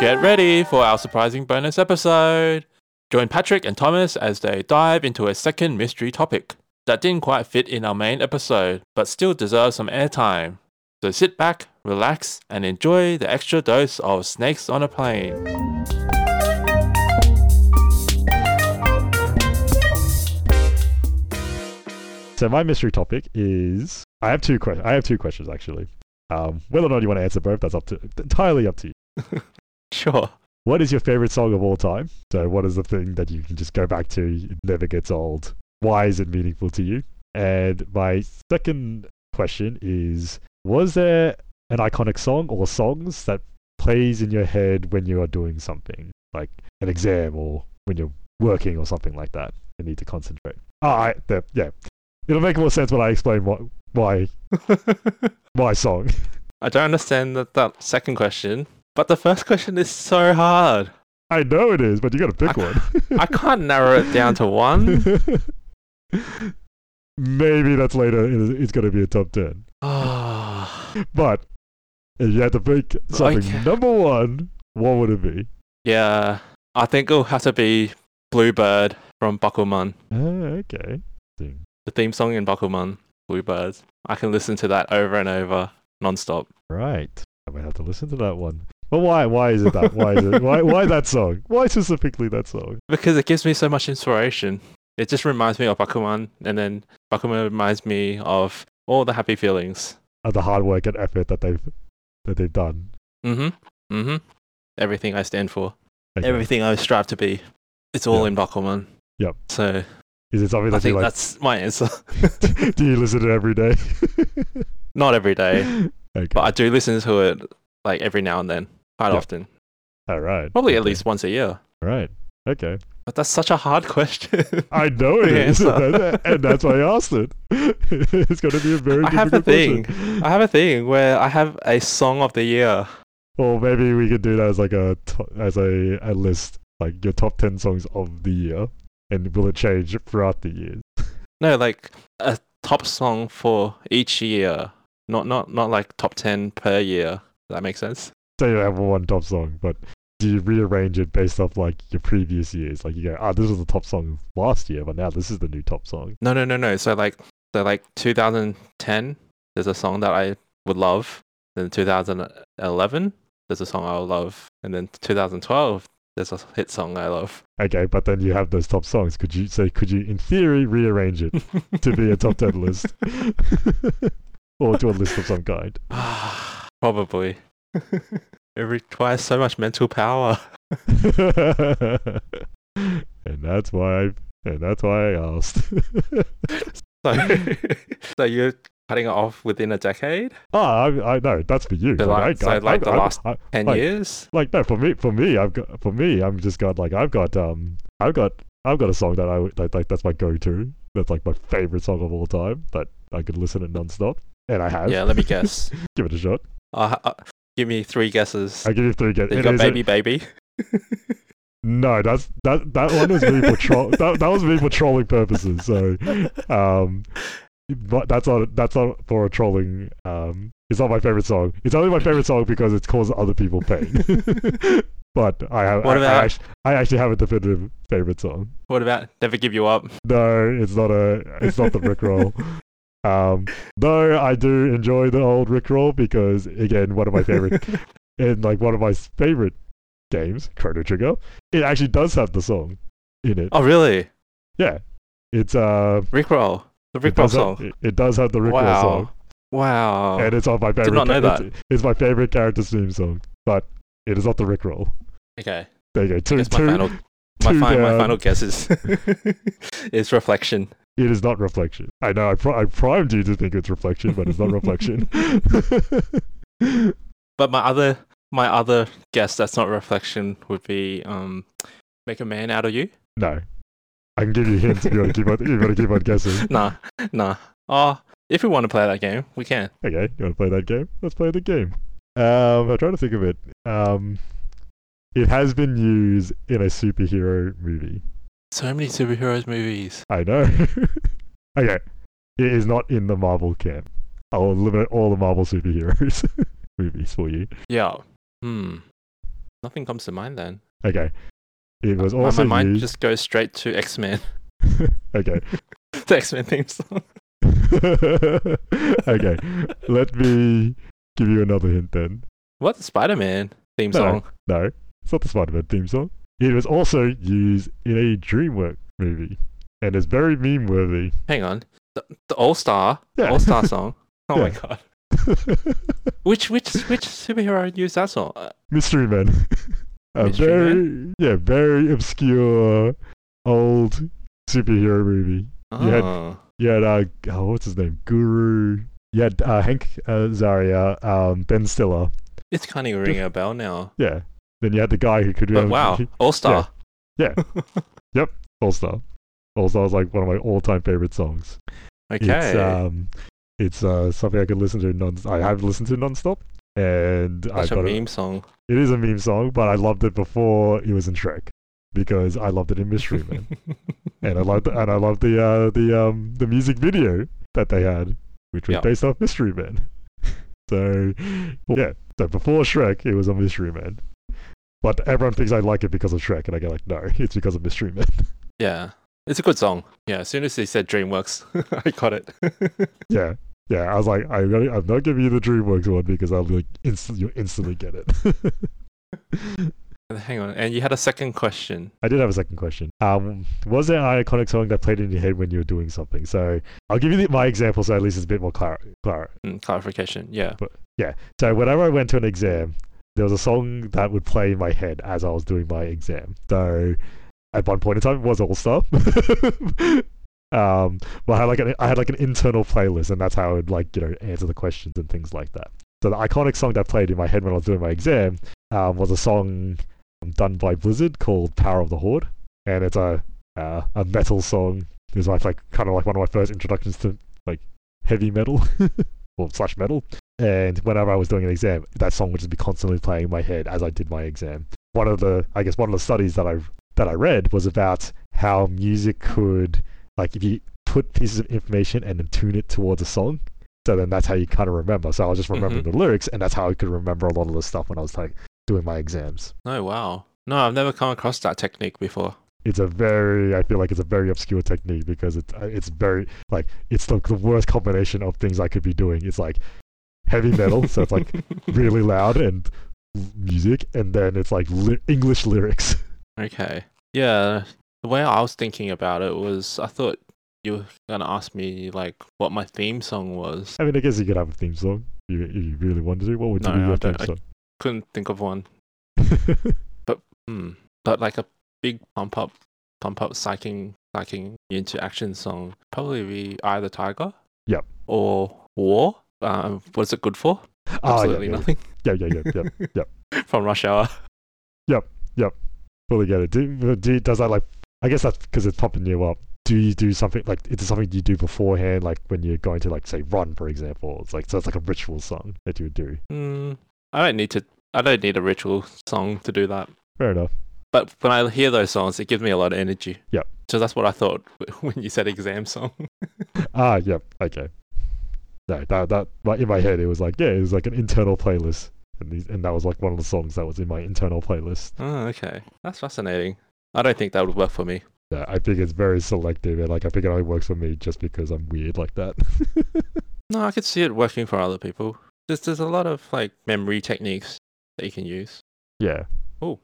Get ready for our surprising bonus episode. Join Patrick and Thomas as they dive into a second mystery topic that didn't quite fit in our main episode, but still deserves some airtime. So sit back, relax, and enjoy the extra dose of Snakes on a Plane. So my mystery topic is I have two questions. I have two questions actually. Um, whether or not you want to answer both, that's up to entirely up to you. Sure. What is your favorite song of all time? So what is the thing that you can just go back to? It never gets old. Why is it meaningful to you? And my second question is: Was there an iconic song or songs that plays in your head when you are doing something, like an exam or when you're working or something like that? You need to concentrate. All right, there, yeah. It'll make more sense when I explain what my my song. I don't understand that, that second question, but the first question is so hard. I know it is, but you got to pick one. I can't narrow it down to one. Maybe that's later. it- It's going to be a top ten. Ah. But if you had to pick something Okay. number one, what would it be? yeah, I think it'll have to be Bluebird from Buckleman. Ah, okay. Thing. The theme song in Buckleman, Bluebirds. I can listen to that over and over, nonstop. Right. I might have to listen to that one. But why? Why is it that? Why is it? Why? Why that song? Why specifically that song? Because it gives me so much inspiration. It just reminds me of Bakuman, and then Bakuman reminds me of all the happy feelings. Of Uh, the hard work and effort that they've that they've done. Mm hmm. Mm hmm. Everything I stand for, Okay. everything I strive to be, it's all Yeah. in Bakuman. Yep. So Is it something I that you think like? that's my answer. do you listen to it every day? Not every day, okay. but I do listen to it like every now and then, quite Yep. often. All right. Probably at Okay. least once a year. All right. Okay. But that's such a hard question. I know it The is, answer. and- and that's why I asked it. it's going to be a very I difficult have a question. I have a thing where I have a song of the year. Or maybe we could do that as like a to- as a, a list, like your top ten songs of the year, and will it change throughout the years? No, like a top song for each year. Not not not like top ten per year. Does that make sense? So you have one top song, but do you rearrange it based off like your previous years? Like you go, ah, this was the top song last year, but now this is the new top song. No, no, no, no. So like so like 2010, there's a song that I would love. Then 2011, there's a song I would love. And then 2012, there's a hit song I love. Okay, but then you have those top songs. Could you say, could you, in theory, rearrange it to be a top 10 list? or to a list of some kind? Probably. it requires so much mental power. and that's why I, and that's why I asked. So, so you're cutting it off within a decade, oh, I, I no, that's for you. The la- so, like, the last I- ten Like- years. like no, for me, for me, I've got, for me, I'm just got like I've got, um, I've got, I've got a song that I would- like, like that's my go-to. That's like my favorite song of all time. That I could listen to nonstop, and I have. Yeah, let me guess. Give it a shot. Uh, uh, give me three guesses. I give you three. Get you it got is a- baby, baby. No, that's that. That one was me for troll. that, that was me for trolling purposes. So. um but that's not that's not for a trolling um it's not my favorite song it's only my favorite song because it's caused other people pain but i have What I, I, about- actually, I actually have a definitive favorite song what about never give you up? no it's not a it's not the rick roll um though i do enjoy the old rick roll because again one of my favorite and like one of my favorite games chrono trigger it actually does have the song in it oh, really? yeah it's uh Rickroll. The it Rickroll does, have, song. it, it does have the rick roll wow. song Wow. and it's on my favorite. not know it's- It's, my favorite character's theme song, but it is not the Rickroll. okay. There you go. Two, That's my two- final. My, two fi- my down. final guess is, is reflection. It is not reflection. I know. I, pri- I primed you to think it's reflection, but it's not reflection. But my other my other guess that's not reflection would be um, make a man out of you. no, I can give you hints if you want to keep on. If you want to keep on guessing. Nah, nah. Oh, if we want to play that game, we can. Okay, you want to play that game? Let's play the game. Um, I'm trying to think of it. Um, it has been used in a superhero movie. So many superheroes movies. I know. okay. It is not in the Marvel camp. I'll eliminate all the Marvel superheroes movies for you. Yeah. Hmm. Nothing comes to mind then. Okay. It was Uh, My- also my mind used. just goes straight to X Men. okay. the X Men theme song. okay. Let me give you another hint then. What Spider Man theme No. song? No, it's not the Spider Man theme song. It was also used in a DreamWorks movie and is very meme worthy. Hang on, the, the All Star Yeah. All Star song. Oh my Yeah. god, which which which superhero used that song? Uh, Mystery Man. A Mystery very, yeah, very obscure old superhero movie. had- oh. You had, uh, oh, what's his name? Guru. You had uh, Hank Azaria, um, Ben Stiller. It's kind of ringing a bell now. Yeah. Then you had the guy who could But um, wow, All Star. Yeah. All Star. All Star is like one of my all time favorite songs. okay. It's um, it's uh something I could listen to non. I have listened to nonstop, and I've Such a got meme song. It, it is a meme song, but I loved it before it was in Shrek because I loved it in Mystery Man, and I loved and I loved the uh the um the music video that they had, which was Yeah. based off Mystery Man. so yeah, so before Shrek, it was on Mystery Man. But everyone thinks I like it because of Shrek, and I go like, no, it's because of Mystery Man. Yeah, it's a good song. Yeah, as soon as they said DreamWorks, I got it. Yeah, yeah. I was like, I'm, gonna, I'm not giving you the DreamWorks one because I'll like instantly, you instantly get it. Hang on, and you had a second question. I did have a second question. Um, was there an iconic song that played in your head when you were doing something? So I'll give you the, my example, so at least it's a bit more clar- clar- Mm, clarification. Yeah. So whenever I went to an exam, there was a song that would play in my head as I was doing my exam. So at one point in time, it was All Star. um, but I had like an I had like an internal playlist, and that's how I would like you know answer the questions and things like that. So the iconic song that played in my head when I was doing my exam um, was a song done by Blizzard called "Power of the Horde," and it's a uh, a metal song. It was like, like kind of like one of my first introductions to like heavy metal or slash metal. And whenever I was doing an exam, that song would just be constantly playing in my head as I did my exam. One of the, I guess, one of the studies that I that I read was about how music could, like, if you put pieces of information and then tune it towards a song, so then that's how you kind of remember. So I was just remembering the lyrics, and that's how I could remember a lot of the stuff when I was like doing my exams. No, wow. No, I've never come across that technique before. It's a very, I feel like it's a very obscure technique because it, it's very, like, it's like the worst combination of things I could be doing. It's like heavy metal, so it's like really loud and l- music, and then it's like ly- English lyrics. Okay. Yeah. The way I was thinking about it was I thought you were gonna ask me like what my theme song was. I mean, I guess you could have a theme song if you, if you really wanted to. What would No, be I your theme don't- song? Couldn't think of one. Hmm. But like a big pump up pump up psyching psyching you into action song probably be Eye of the Tiger. Yep. Or War. Um, what's it good for? Ah, Absolutely yeah, nothing. yeah, yeah, yeah, yeah, yeah, yeah. From Rush Hour. Fully get it. Do, do, does that like? I guess that's because it's pumping you up. Do you do something like? Is it something you do beforehand, like when you're going to like say run, for example? It's like so. It's like a ritual song that you would do. Mm, I don't need to. I don't need a ritual song to do that. Fair enough. But when I hear those songs, it gives me a lot of energy. Yep. So that's what I thought when you said exam song. Ah, yep. Okay. No, that that like, in my head it was like yeah, it was like an internal playlist, and these, and that was like one of the songs that was in my internal playlist. Oh, okay. That's fascinating. I don't think that would work for me. Yeah, I think it's very selective, and like I think it only works for me just because I'm weird like that. No, I could see it working for other people. There's there's a lot of like memory techniques that you can use. yeah. Oh,